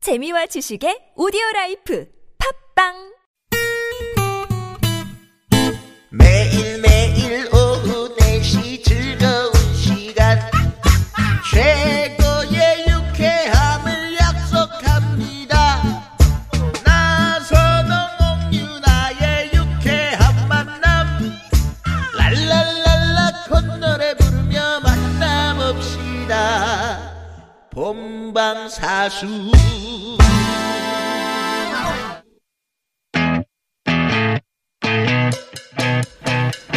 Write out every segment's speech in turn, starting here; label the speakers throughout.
Speaker 1: 재미와 지식의 오디오 라이프 팝빵
Speaker 2: 매일매일 오후 4시 즐거운 시간 최고의 유쾌함을 약속합니다 나선홍 옥유나의 유쾌한 만남 랄랄랄라 콧노래 부르며 만남없시다 본방사수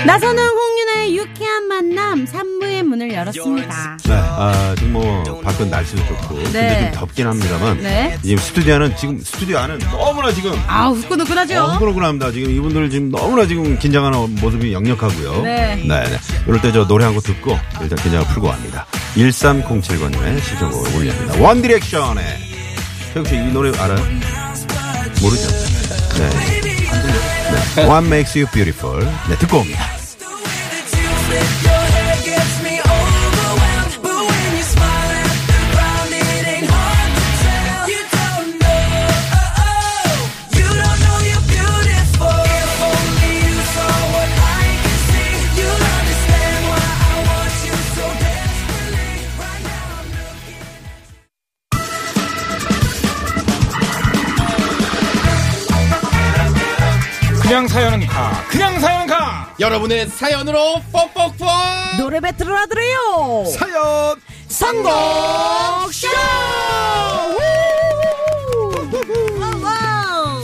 Speaker 3: 나선홍 홍윤아의 유쾌한 만남 3부의 문을 열었습니다.
Speaker 4: 네, 아, 지금 뭐, 밖은 날씨도 좋고. 근데
Speaker 3: 네.
Speaker 4: 좀 덥긴 합니다만.
Speaker 3: 네.
Speaker 4: 지금 스튜디오는, 지금 스튜디오 안은 너무나 지금.
Speaker 3: 아, 후끈후끈하죠?
Speaker 4: 어, 후끈후끈합니다. 지금 이분들 지금 너무나 지금 긴장하는 모습이 역력하고요.
Speaker 3: 네.
Speaker 4: 네 이럴 때 저 노래 한 곡 듣고 일단 긴장을 풀고 갑니다. 1307번님의 시청곡을 올립니다. 원디렉션의. 태국 씨이 노래 알아요? 모르죠? 네. 네. What makes you beautiful. 네, 듣고 옵니다.
Speaker 5: 그냥 사연은 가. 그냥 사연은 가.
Speaker 6: 여러분의 사연으로 뻑뻑뻑
Speaker 3: 노래 배틀을 하드래요!
Speaker 6: 사연
Speaker 3: 성공!
Speaker 6: 쇼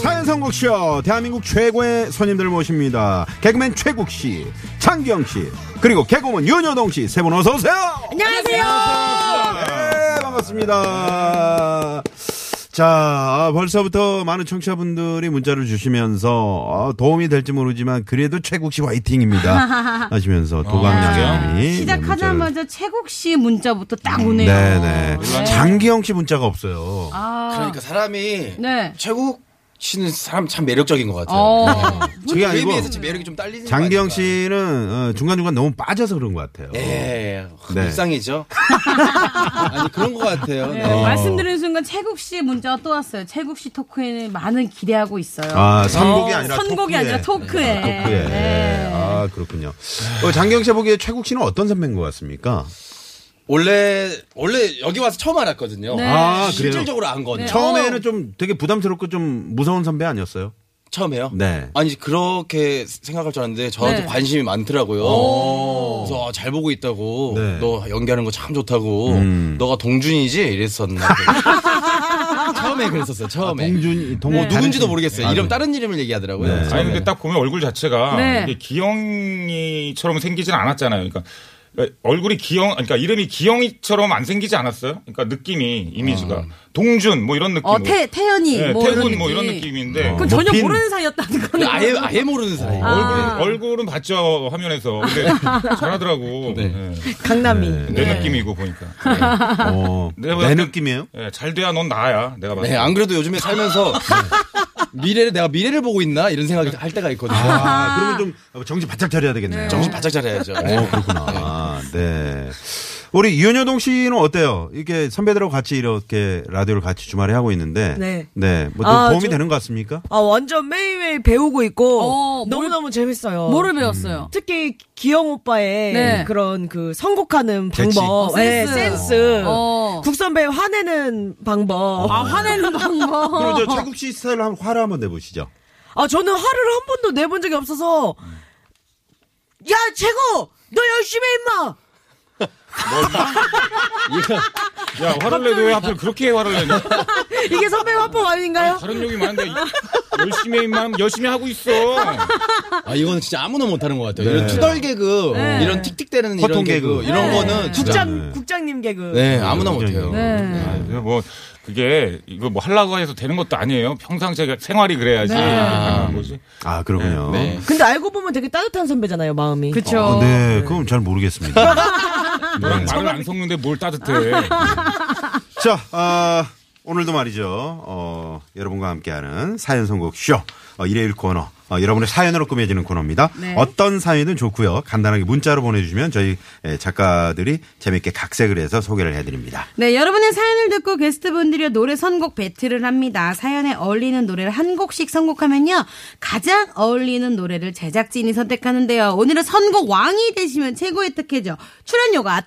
Speaker 4: 사연 선곡쇼 대한민국 최고의 손님들 모십니다. 개그맨 최국 씨, 창경 씨, 그리고 개그맨 윤여동 씨 세 분 어서 오세요.
Speaker 3: 안녕하세요!
Speaker 4: 네, 반갑습니다. 자, 아, 벌써부터 많은 청취자분들이 문자를 주시면서 아, 도움이 될지 모르지만 그래도 최국 씨 화이팅입니다. 하시면서 도강양님이
Speaker 3: 시작하자마자 최국 씨 문자부터 딱 오네요. 아,
Speaker 4: 네네 장기영 씨 문자가 없어요.
Speaker 6: 그러니까 사람이
Speaker 3: 네.
Speaker 6: 최국 씨는 사람 참 매력적인 것 같아요.
Speaker 3: 어.
Speaker 4: 그게
Speaker 6: 그에
Speaker 4: 아니고
Speaker 6: 비해서 제 매력이 좀 딸리는
Speaker 4: 장기영
Speaker 3: 네.
Speaker 6: 거 아닌가.
Speaker 4: 씨는 어, 중간중간 너무 빠져서 그런 것 같아요.
Speaker 6: 예,
Speaker 4: 네.
Speaker 6: 네. 불쌍해죠. 아니 그런 것 같아요. 네.
Speaker 3: 네,
Speaker 4: 어.
Speaker 3: 말씀드리는 순간 최국 씨 문자가 또 왔어요. 최국 씨 토크에는 많은 기대하고 있어요.
Speaker 4: 아, 선곡이 아니라
Speaker 3: 선곡이
Speaker 4: 토크에.
Speaker 3: 아니라 토크에. 네.
Speaker 4: 토크에. 아, 그렇군요. 어, 장경 씨 보기에 최국 씨는 어떤 선배인 것 같습니까?
Speaker 6: 원래 원래 여기 와서 처음 알았거든요.
Speaker 3: 네.
Speaker 4: 아, 그래요? 어.
Speaker 6: 실질적으로 안 거는 처,
Speaker 3: 어.
Speaker 4: 처음에는 좀 되게 부담스럽고 좀 무서운 선배 아니었어요?
Speaker 6: 처음에요.
Speaker 4: 네.
Speaker 6: 아니 그렇게 생각할 줄 알았는데 저한테
Speaker 3: 네.
Speaker 6: 관심이 많더라고요. 그래서 아, 잘 보고 있다고.
Speaker 4: 어. 네. 음.
Speaker 6: 너 연기하는 거 참 좋다고. 너가 동준이지 이랬었나. 처음에 그랬었어요. 처음에.
Speaker 3: 네.
Speaker 4: 동준, 동
Speaker 6: 뭐 누군지도 모르겠어요.
Speaker 4: 아,
Speaker 6: 이름
Speaker 4: 네.
Speaker 6: 다른 이름을 얘기하더라고요.
Speaker 4: 네.
Speaker 5: 아니 근데 딱 보면 얼굴 자체가
Speaker 3: 네.
Speaker 5: 이게 기영이처럼 생기진 않았잖아요. 그러니까 그러니까 얼굴이 기영, 그러니까 이름이 기영이처럼 안 생기지 않았어요. 그러니까 느낌이 이미지가 동준 뭐
Speaker 4: 아,
Speaker 5: 이런 느낌으로.
Speaker 3: 아. 어, 태, 태연이.
Speaker 5: 예,
Speaker 3: 뭐
Speaker 5: 태군
Speaker 3: 이런 어.
Speaker 5: 뭐 이런
Speaker 3: 느낌.
Speaker 5: 느낌인데
Speaker 3: 그건 전혀
Speaker 4: 높인-
Speaker 3: 모르는 사이였다는 거네.
Speaker 6: 근데 아예 아예 모르는 사이. 얼굴
Speaker 3: 아.
Speaker 5: 얼굴은, 얼굴은 봤죠 화면에서. 근데 잘하더라고.
Speaker 6: 네.
Speaker 5: 예.
Speaker 3: 강남이. 네.
Speaker 5: 내 느낌이고 보니까.
Speaker 4: 어, 내
Speaker 5: 내가
Speaker 6: 그-
Speaker 5: 약간-
Speaker 4: 느낌이에요?
Speaker 5: 예. 예, 잘 돼야 넌 나야. 내가 봤을
Speaker 6: 네,
Speaker 5: 때.
Speaker 6: 안 그래도 요즘에 살면서 미래를 내가 미래를 보고 있나 이런 생각이 할 때가 있거든요.
Speaker 4: 네. 아, 그러면 좀 정신 바짝 차려야 되겠네요.
Speaker 6: 정신 바짝 차려야죠.
Speaker 4: 어, 그렇구나. 아, 네. 우리 윤여동 씨는 어때요? 이렇게 선배들하고 같이 이렇게 라디오를 같이 주말에 하고 있는데.
Speaker 7: 네.
Speaker 4: 네. 뭐
Speaker 7: 아,
Speaker 4: 도움이
Speaker 7: 좀-
Speaker 4: 되는 것 같습니까?
Speaker 7: 아 완전 매일매일 배우고 있고
Speaker 3: 어,
Speaker 7: 너무너무 재밌어요.
Speaker 3: 뭐를 배웠어요?
Speaker 7: 특히 기영 오빠의
Speaker 3: 네.
Speaker 7: 그런 그 선곡하는
Speaker 6: 재치.
Speaker 7: 방법,
Speaker 3: 어,
Speaker 7: 네,
Speaker 3: 센스.
Speaker 7: 센스,
Speaker 3: 어.
Speaker 7: 국선 배우 화내는
Speaker 6: 어.
Speaker 7: 방법.
Speaker 3: 아, 화내는 방법.
Speaker 4: 그럼 저 최국 씨 스타일로 한 화를 한번 내보시죠.
Speaker 7: 아 저는 화를 한 번도 내본 적이 없어서 야 최고 너 열심히 해 임마.
Speaker 5: 야 화를 내도 왜 하필 그렇게 화를 내냐?
Speaker 7: 이게 선배 화법 아닌가요?
Speaker 5: 다른 욕이 많은데 열심히 해, 임마 열심히 하고 있어.
Speaker 6: 아 이거는 진짜 아무나 못하는 것 같아요. 이런 투덜 개그, 이런 틱틱대는
Speaker 4: 허통
Speaker 6: 이런
Speaker 4: 개그.
Speaker 6: 개그, 이런
Speaker 4: 네.
Speaker 6: 거는 진짜
Speaker 7: 국장 국장님 개그.
Speaker 6: 네 아무나 못해요.
Speaker 3: 네.
Speaker 5: 아, 그래서 뭐 그게 이거 뭐 하려고 해서 되는 것도 아니에요. 평상 제 생활이
Speaker 3: 네.
Speaker 5: 그래야지.
Speaker 3: 아, 음.
Speaker 5: 가능한 거지.
Speaker 4: 아, 그러군요.
Speaker 6: 네.
Speaker 7: 근데 알고 보면 되게 따뜻한 선배잖아요 마음이.
Speaker 3: 그쵸.
Speaker 4: 어, 네, 그럼 잘 모르겠습니다.
Speaker 3: 아,
Speaker 5: 너랑 말을
Speaker 3: 그
Speaker 5: 안 섞는데 뭘 따뜻해.
Speaker 4: 자, 아, 오늘도 말이죠. 어, 여러분과 함께하는 사연 선곡 쇼 어, 일요일 코너 어, 여러분의 사연으로 꾸며지는 코너입니다.
Speaker 3: 네.
Speaker 4: 어떤 사연은 좋고요. 간단하게 문자로 보내주시면 저희 예, 작가들이 재밌게 각색을 해서 소개를 해드립니다.
Speaker 3: 네, 여러분의 사연을 듣고 게스트분들이 노래 선곡 배틀을 합니다. 사연에 어울리는 노래를 한 곡씩 선곡하면요. 가장 어울리는 노래를 제작진이 선택하는데요. 오늘은 선곡 왕이 되시면 최고의 특혜죠. 출연료가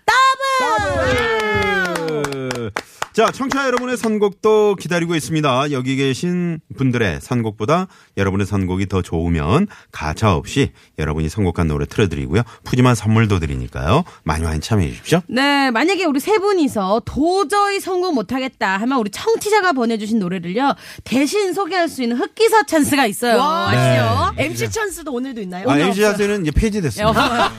Speaker 3: 더블!
Speaker 4: 자, 청취자 여러분의 선곡도 기다리고 있습니다. 여기 계신 분들의 선곡보다 여러분의 선곡이 더 좋으면 가차 없이 여러분이 선곡한 노래 틀어드리고요. 푸짐한 선물도 드리니까요. 많이 많이 참여해 주십시오.
Speaker 3: 네, 만약에 우리 세 분이서 도저히 성공 못하겠다 하면 우리 청취자가 보내주신 노래를요. 대신 소개할 수 있는 흑기사 찬스가 있어요.
Speaker 7: 와,
Speaker 3: 아시죠?
Speaker 7: MC 그 찬스도 오늘도 있나요?
Speaker 4: 아,
Speaker 7: 네, 오늘
Speaker 4: MC
Speaker 7: 없어요.
Speaker 4: 자세는 이제
Speaker 3: 네.
Speaker 4: 폐지됐습니다.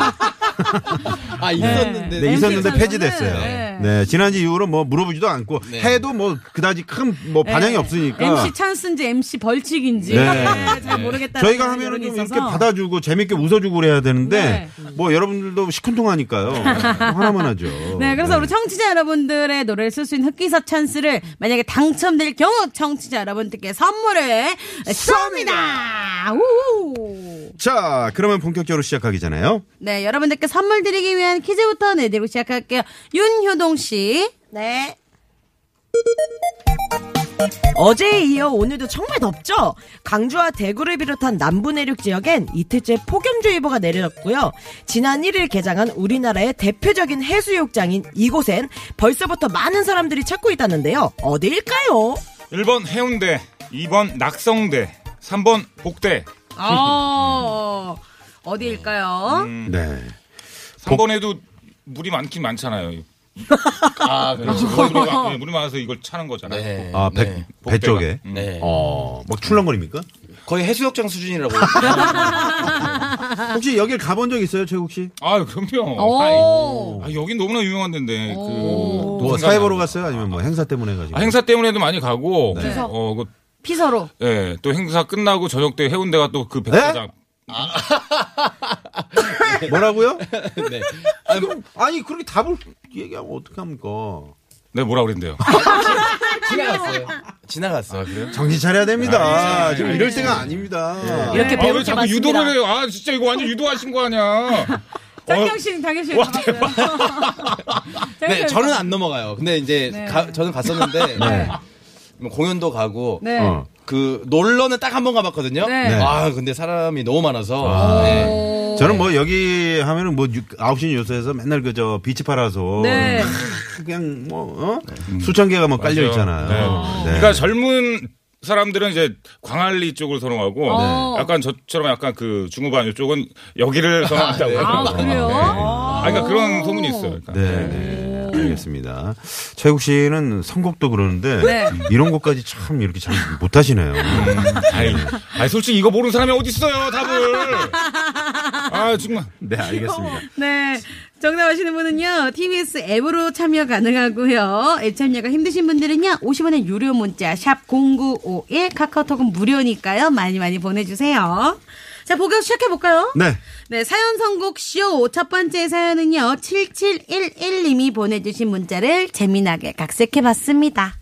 Speaker 8: 아 있었는데
Speaker 4: 네, 있었는데
Speaker 3: MC
Speaker 4: 폐지됐어요.
Speaker 3: 네.
Speaker 4: 네. 지난주 이후로 뭐 물어보지도 않고
Speaker 5: 네.
Speaker 4: 해도 뭐 그다지 큰 뭐
Speaker 3: 네.
Speaker 4: 반향이 없으니까.
Speaker 3: MC 찬스인지 MC 벌칙인지
Speaker 4: 네.
Speaker 3: 잘 모르겠다.
Speaker 4: 저희가 하면은 좀 이렇게 받아주고 재밌게 웃어주고 그래야 되는데 뭐 여러분들도 시큰통하니까요. 화나만 하죠.
Speaker 3: 네, 그래서 우리 청취자 여러분들의 노래를 쓸 수 있는 흑기사 찬스를 만약에 당첨될 경우 청취자 여러분들께 선물을 쏩니다. 우!
Speaker 4: 자, 그러면 본격적으로 시작하기 전에요.
Speaker 3: 네, 여러분들께 선물 드리기 위한 퀴즈부터 내드리고 시작할게요. 윤효동 씨.
Speaker 7: 네. 어제에 이어 오늘도 정말 덥죠? 강주와 대구를 비롯한 남부 내륙 지역엔 이틀째 폭염주의보가 내려졌고요. 지난 1일 개장한 우리나라의 대표적인 해수욕장인 이곳엔 벌써부터 많은 사람들이 찾고 있다는데요. 어디일까요?
Speaker 5: 1번 해운대, 2번 낙성대, 3번 복대,
Speaker 3: 어, 어디일까요?
Speaker 5: 음.
Speaker 4: 네.
Speaker 5: 3번에도 물이 많긴 많잖아요. 네,
Speaker 8: 아 그렇죠.
Speaker 5: 물이, 많- 예, 물이 많아서 이걸 차는 거잖아요.
Speaker 8: 네.
Speaker 4: 아, 배,
Speaker 8: 네.
Speaker 4: 배 쪽에.
Speaker 5: 복대가. 음.
Speaker 8: 네. 어.
Speaker 4: 어, 막 출렁거립니까?
Speaker 8: 거의 해수욕장 수준이라고.
Speaker 3: 아,
Speaker 4: 혹시 여길 가본 적 있어요, 최국 씨?
Speaker 5: 아 그럼요.
Speaker 3: 오.
Speaker 5: 아, 여긴 너무나 유명한 데인데. 그,
Speaker 4: 뭐
Speaker 5: 생각이
Speaker 4: 사회보러
Speaker 5: 안
Speaker 4: 갔어요? 아니면 뭐 행사 때문에 가지고?
Speaker 5: 아, 행사 때문에도 많이 가고. 어, 그,
Speaker 3: 네. 피서로.
Speaker 5: 예, 또 행사 끝나고 저녁 때 해운대가 또
Speaker 4: 네?
Speaker 5: 그 백화장.
Speaker 4: 뭐라고요?
Speaker 8: 네.
Speaker 4: 지금 아니 그렇게 답을 얘기하면 어떻게 합니까?
Speaker 5: 네, 뭐라 그랬는데요.
Speaker 7: 아,
Speaker 8: 지나갔어요. 지나갔어요. 그래요?
Speaker 4: 정신 차려야 됩니다. 지금 이럴 때가 아닙니다.
Speaker 7: 이렇게
Speaker 5: 아,
Speaker 7: 배울
Speaker 5: 왜
Speaker 7: 게
Speaker 5: 자꾸
Speaker 7: 많습니다.
Speaker 5: 유도를 해요? 아, 진짜 이거 완전 유도하신 거 아니야. 어.
Speaker 3: 장경 씨, 장경 씨. 가봤어요? 장경
Speaker 8: 네,
Speaker 3: 씨
Speaker 8: 저는 안 넘어가요. 근데 이제 가- 저는 갔었는데 뭐 공연도 가고
Speaker 3: 네.
Speaker 4: 어.
Speaker 8: 그 놀러는 딱 한 번 가봤거든요.
Speaker 3: 네.
Speaker 4: 네.
Speaker 8: 아 근데 사람이 너무 많아서 네.
Speaker 4: 저는 뭐 여기 하면은 뭐 9시 뉴스에서 맨날 그저 빛이 팔아서
Speaker 3: 네.
Speaker 4: 그냥 뭐 어? 수천 개가 뭐 깔려 있잖아요. 네.
Speaker 5: 네. 그러니까 젊은 사람들은 이제 광안리 쪽을 선호하고
Speaker 7: 어.
Speaker 3: 네.
Speaker 5: 약간 저처럼 약간 그 중후반 이쪽은 여기를 선호한다고.
Speaker 3: 아,
Speaker 5: 요
Speaker 3: 그래요?
Speaker 5: 아, 그러니까 그런 소문이 있어요. 그러니까.
Speaker 4: 네, 네. 알겠습니다. 최국 씨는 선곡도 그러는데
Speaker 3: 네.
Speaker 4: 이런 것까지 참 이렇게 잘 못하시네요.
Speaker 5: 아이, 아이, 솔직히 이거 모르는 사람이 어디 있어요, 답을. 아, 정말.
Speaker 4: 네, 알겠습니다.
Speaker 3: 네. 정답 아시는 분은요, TBS 앱으로 참여 가능하고요. 앱 참여가 힘드신 분들은요, 50원의 유료 문자, 샵0951, 카카오톡은 무료니까요. 많이 많이 보내주세요. 자, 보격 시작해볼까요?
Speaker 4: 네.
Speaker 3: 네, 사연 선곡 쇼. 첫 번째 사연은요, 7711님이 보내주신 문자를 재미나게 각색해봤습니다.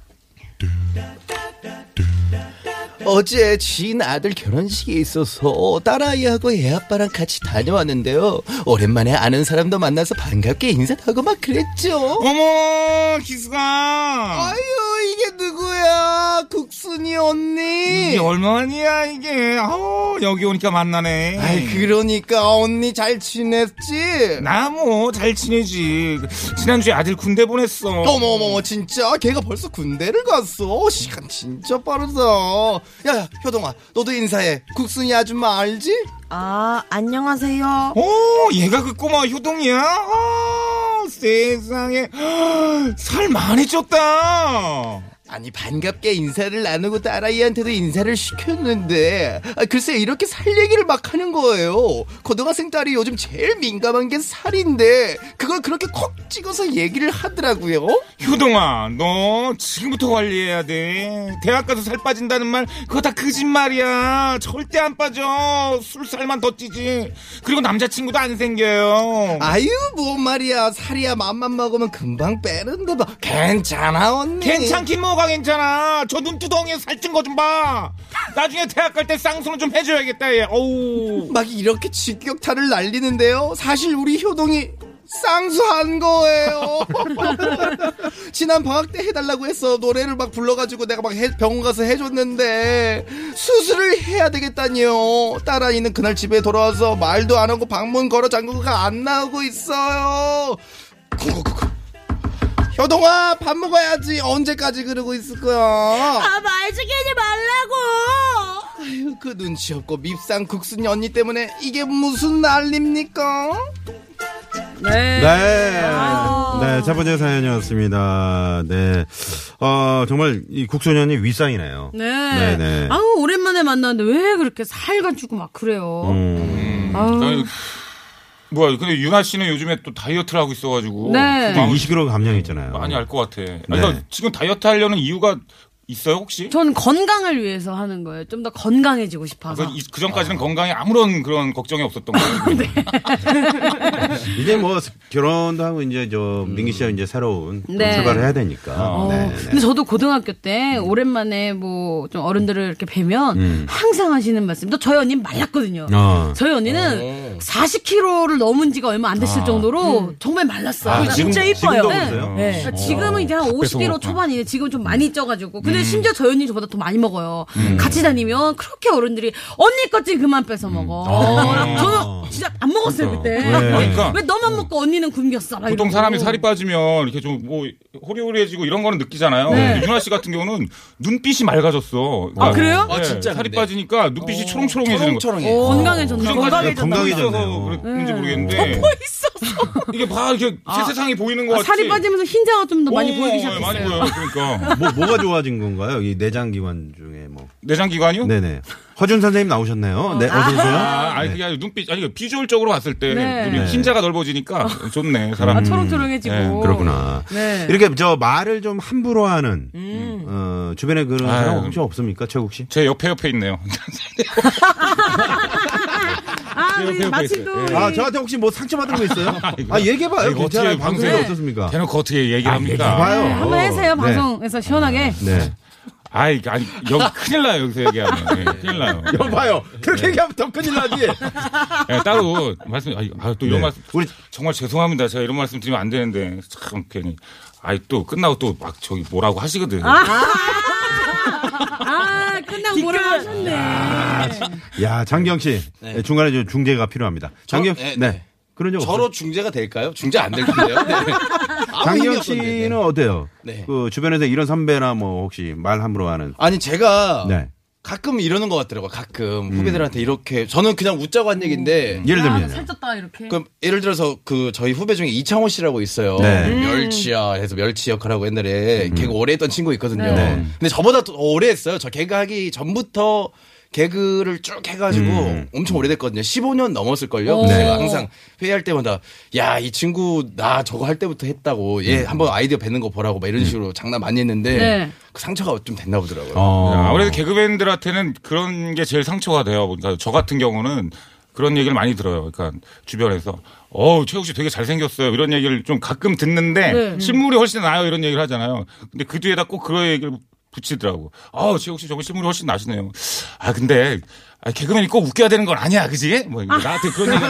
Speaker 8: 어제 지인 아들 결혼식에 있어서 딸아이하고 애아빠랑 같이 다녀왔는데요. 오랜만에 아는 사람도 만나서 반갑게 인사도 하고 막 그랬죠.
Speaker 5: 어머, 기수가.
Speaker 8: 아유 이게 누구야 국순이 언니.
Speaker 5: 이게 얼마냐, 이게. 아우, 여기 오니까 만나네.
Speaker 8: 아이 그러니까 언니 잘 지냈지?
Speaker 5: 나 뭐 잘 지내지. 지난주에 아들 군대 보냈어.
Speaker 8: 어머 어머 어머 진짜 걔가 벌써 군대를 갔어 시간 진짜 빠르다 야야 효동아 너도 인사해 국순이 아줌마 알지?
Speaker 7: 아, 안녕하세요.
Speaker 5: 오, 얘가 그 꼬마 효동이야? 아, 세상에. 아, 살 많이 쪘다.
Speaker 8: 아니 반갑게 인사를 나누고 딸아이한테도 인사를 시켰는데 아, 글쎄 이렇게 살 얘기를 막 하는 거예요 고등학생 딸이 요즘 제일 민감한 게 살인데 그걸 그렇게 콕 찍어서 얘기를 하더라고요
Speaker 5: 효동아, 너 지금부터 관리해야 돼. 대학 가서 살 빠진다는 말, 그거 다 거짓말이야. 절대 안 빠져. 술살만 더 찌지. 그리고 남자친구도 안 생겨요.
Speaker 8: 아유 뭔 말이야 살이야 맘만 먹으면 금방 빼는데 봐 괜찮아 언니
Speaker 5: 뭐 괜찮긴 뭐가 괜찮아. 저 눈두덩이에 살찐 거 좀 봐. 나중에 대학 갈 때 쌍수는 좀 해줘야겠다 얘. 어우.
Speaker 6: 막 이렇게 직격탄을 날리는데요. 사실 우리 효동이 쌍수한 거예요. 지난 방학 때 해달라고 했어. 노래를 막 불러가지고 내가 막 해- 병원 가서 해줬는데 수술을 해야 되겠다니요. 딸아이는 그날 집에 돌아와서 말도 안 하고 방문 걸어 잠그고가 안 나오고 있어요. 쿵쿵쿵쿵. 효동아 밥 먹어야지 언제까지 그러고 있을 거야
Speaker 7: 아말 시키지 말라고.
Speaker 6: 아유, 그 눈치 없고 밉상 국순이 언니 때문에 이게 무슨 난리입니까?
Speaker 4: 네. 네, 첫 번째 사연이었습니다. 네. 어, 정말 이 국소년이 윗상이네요.
Speaker 3: 네.
Speaker 4: 네.
Speaker 3: 아우 오랜만에 만났는데 왜 그렇게 살가지고 막 그래요?
Speaker 4: 음.
Speaker 3: 아우.
Speaker 5: 아니, 뭐야 근데 윤아 씨는 요즘에 또 다이어트를 하고 있어가지고
Speaker 3: 네.
Speaker 5: 그 마음이
Speaker 4: 20kg 감량했잖아요.
Speaker 5: 많이 알 것 같아. 아니, 그러니까 지금 다이어트 하려는 이유가 있어요 혹시?
Speaker 3: 전 건강을 위해서 하는 거예요. 좀 더 건강해지고
Speaker 5: 아,
Speaker 3: 싶어서.
Speaker 5: 그, 그 전까지는 건강에 아무런 그런 걱정이 없었던 거예요.
Speaker 4: 이제 뭐 결혼도 하고 이제 저 민기 씨와 이제 새로운
Speaker 3: 네.
Speaker 4: 출발을 해야 되니까.
Speaker 3: 어,
Speaker 4: 네,
Speaker 3: 근데 저도 고등학교 때 오랜만에 뭐 좀 어른들을 이렇게 뵈면 항상 하시는 말씀. 또 저희 언니는 말랐거든요.
Speaker 4: 네. 음. 어.
Speaker 3: 저희
Speaker 5: 어.
Speaker 3: 언니는 40kg를 넘은 지가 얼마 안 됐을 정도로
Speaker 5: 음.
Speaker 3: 정말 말랐어요.
Speaker 4: 아,
Speaker 3: 그러니까
Speaker 7: 진짜
Speaker 4: 지금-
Speaker 7: 이뻐요.
Speaker 4: 지금도
Speaker 3: 네.
Speaker 4: 그러세요?
Speaker 7: 네.
Speaker 5: 어.
Speaker 3: 그러니까 지금은 이제 한 50kg 초반이에요. 지금 좀 많이 쪄가지고. 근데
Speaker 5: 음.
Speaker 3: 심지어 저희 언니 저보다 더 많이 먹어요.
Speaker 4: 음.
Speaker 3: 같이 다니면 그렇게 어른들이 언니 것지 그만 뺏어 먹어.
Speaker 4: 아.
Speaker 3: 저는 진짜 안 먹었어요 그때.
Speaker 4: 네.
Speaker 5: 그러니까.
Speaker 3: 왜 너만 먹고 언니는 굶겼어? 막
Speaker 5: 보통
Speaker 3: 이러고.
Speaker 5: 사람이 살이 빠지면 이렇게 좀 뭐 호리호리해지고 이런 거는 느끼잖아요. 근데 윤아 씨 같은 경우는 눈빛이 맑아졌어.
Speaker 3: 네. 아, 그래요? 어.
Speaker 5: 네,
Speaker 8: 아, 진짜
Speaker 5: 살이
Speaker 8: 근데.
Speaker 5: 빠지니까 눈빛이 초롱초롱해지는 거.
Speaker 6: 어?
Speaker 8: 초롱초롱해.
Speaker 3: 건강해졌나?
Speaker 5: 그
Speaker 3: 봐요.
Speaker 5: 전까지
Speaker 4: 건강해졌네요.
Speaker 5: 그런지 모르겠는데 이게 봐 이렇게 세상이 보이는 것
Speaker 3: 아,
Speaker 8: 어,
Speaker 5: 같지.
Speaker 3: 살이 빠지면서 흰자가 좀 더 많이
Speaker 5: 어,
Speaker 3: 보이기
Speaker 5: 예, 많이
Speaker 3: 시작했어요.
Speaker 5: 보여요. 그러니까
Speaker 4: 뭐 뭐가 좋아진 건가요? 이 내장 기관 중에 뭐.
Speaker 5: 내장 기관이요?
Speaker 4: 네네. 허준 선생님 나오셨네요. 네, 어서 오세요.
Speaker 5: 아, 아니 그게 아니라 눈빛 아니 그러니까 비주얼적으로 봤을 때
Speaker 3: 네.
Speaker 5: 눈이 흰자가 넓어지니까 좋네 사람.
Speaker 3: 아, 초롱초롱해지고.
Speaker 5: 예,
Speaker 4: 그렇구나.
Speaker 3: 네.
Speaker 4: 이렇게 저 말을 좀 함부로 하는 어, 주변에 그런
Speaker 5: 아유.
Speaker 4: 사람 혹시 없습니까, 최국 씨?
Speaker 5: 제 옆에 옆에 있네요.
Speaker 3: 아,
Speaker 8: 옆에,
Speaker 3: 우리
Speaker 8: 옆에
Speaker 3: 마침
Speaker 8: 있어요.
Speaker 3: 또. 우리-
Speaker 4: 아 저한테 혹시 뭐 상처 받은 거 있어요? 아 얘기해봐요.
Speaker 5: 이거 어떻게
Speaker 4: 괜찮아요. 방송에
Speaker 5: 방송에
Speaker 4: 어떻습니까?
Speaker 5: 대놓고 어떻게 얘기합니까?
Speaker 4: 얘기해봐요.
Speaker 3: 네, 한번 해세요
Speaker 4: 네.
Speaker 3: 방송에서 시원하게.
Speaker 4: 네.
Speaker 5: 아이, 아니, 여기 큰일 나요, 여기서 얘기하면. 예, 큰일 나요.
Speaker 4: 여봐요. 그렇게 얘기하면 더 큰일 나지.
Speaker 5: 예, 따로 말씀, 아이, 아, 또 이런
Speaker 4: 네.
Speaker 5: 말씀, 우리 정말 죄송합니다. 제가 이런 말씀 드리면 안 되는데, 참, 괜히. 아이, 또 끝나고 또 막 저기 뭐라고 하시거든. 요
Speaker 3: 아, 끝나고 뭐라고 아, 하셨네.
Speaker 4: 야 장경 씨
Speaker 8: 네.
Speaker 4: 중간에 좀 중재가 필요합니다. 장경 씨,
Speaker 8: 저-
Speaker 4: 네.
Speaker 8: 네, 네.
Speaker 4: 그런 적
Speaker 8: 저로
Speaker 4: 없어요.
Speaker 8: 중재가 될까요? 중재 안 될 텐데요. 네. 아무 의미
Speaker 4: 장경
Speaker 8: 없었는데, 네.
Speaker 4: 씨는 어때요?
Speaker 8: 네.
Speaker 4: 그 주변에서 이런 선배나 뭐 혹시 말 함부로 하는.
Speaker 8: 아니 제가
Speaker 4: 네.
Speaker 8: 가끔 이러는 것 같더라고요. 가끔
Speaker 5: 음.
Speaker 8: 후배들한테 이렇게 저는 그냥 웃자고 한
Speaker 6: 음.
Speaker 8: 얘기인데
Speaker 4: 예를
Speaker 3: 아,
Speaker 4: 들면
Speaker 3: 살쪘다 이렇게.
Speaker 8: 그럼 예를 들어서 그 저희 후배 중에 이창호 씨라고 있어요.
Speaker 4: 네.
Speaker 8: 멸치야 해서 멸치 역할하고 옛날에 개그 오래 했던 친구 있거든요.
Speaker 4: 네.
Speaker 8: 근데 저보다 더 오래 했어요. 저 개그 하기 전부터 개그를 쭉 해가지고 엄청 오래됐거든요. 15년 넘었을걸요.
Speaker 3: 오.
Speaker 8: 그래서
Speaker 3: 네.
Speaker 8: 제가 항상 회의할 때마다 야, 이 친구 나 저거 할 때부터 했다고 얘 한번 아이디어 뱉는 거 보라고 막 이런 식으로 장난 많이 했는데
Speaker 3: 네.
Speaker 8: 그 상처가 좀 됐나 보더라고요.
Speaker 4: 어.
Speaker 5: 아무래도 개그맨들한테는 그런 게 제일 상처가 돼요. 그러니까 저 같은 경우는 그런 얘기를 많이 들어요. 그러니까 주변에서. 어우, 최욱 씨 되게 잘생겼어요. 이런 얘기를 좀 가끔 듣는데,
Speaker 3: 네.
Speaker 5: 실물이 훨씬 나아요. 이런 얘기를 하잖아요. 근데 그 뒤에다 꼭 그런 얘기를 붙이더라고. 아우, 최욱 씨 저거 실물이 훨씬 나시네요. 아, 근데, 아, 개그맨이 꼭 웃겨야 되는 건 아니야. 그지? 뭐, 나한테 그런 얘기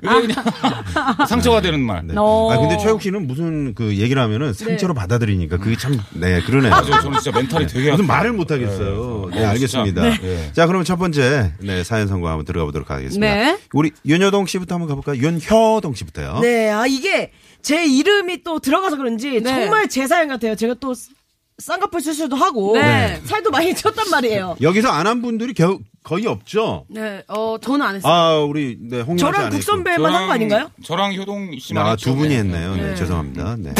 Speaker 5: 그냥 상처가 되는 말.
Speaker 4: 네.
Speaker 3: 어.
Speaker 4: 아 근데 최욱 씨는 무슨 그 얘기를 하면은 상처로 받아들이니까 그게 참네 그러네요.
Speaker 5: 맞아요. 저는 진짜 멘탈이 되게
Speaker 4: 무슨
Speaker 5: 약해요.
Speaker 4: 말을 못 하겠어요. 네,
Speaker 5: 어,
Speaker 4: 알겠습니다.
Speaker 5: 진짜. 네.
Speaker 4: 자, 그러면 첫 번째 네, 사연 선거 한번 들어가 보도록 하겠습니다.
Speaker 3: 네.
Speaker 4: 우리 윤여동 씨부터 한번 가볼까요? 윤효동 씨부터요.
Speaker 7: 네, 아 이게 제 이름이 또 들어가서 그런지
Speaker 3: 네.
Speaker 7: 정말 제 사연 같아요. 제가 또 쌍꺼풀 수술도 하고
Speaker 3: 네.
Speaker 7: 살도 많이 쪘단 말이에요.
Speaker 4: 여기서 안 한 분들이 겨우- 거의 없죠.
Speaker 3: 네, 어, 저는 안 했어요.
Speaker 4: 아, 우리 네, 홍
Speaker 7: 저랑 국선배만 한 거 아닌가요?
Speaker 5: 저랑 효동 씨만
Speaker 4: 아,
Speaker 5: 했죠.
Speaker 4: 두 분이
Speaker 5: 네.
Speaker 4: 했네요. 네, 죄송합니다. 네.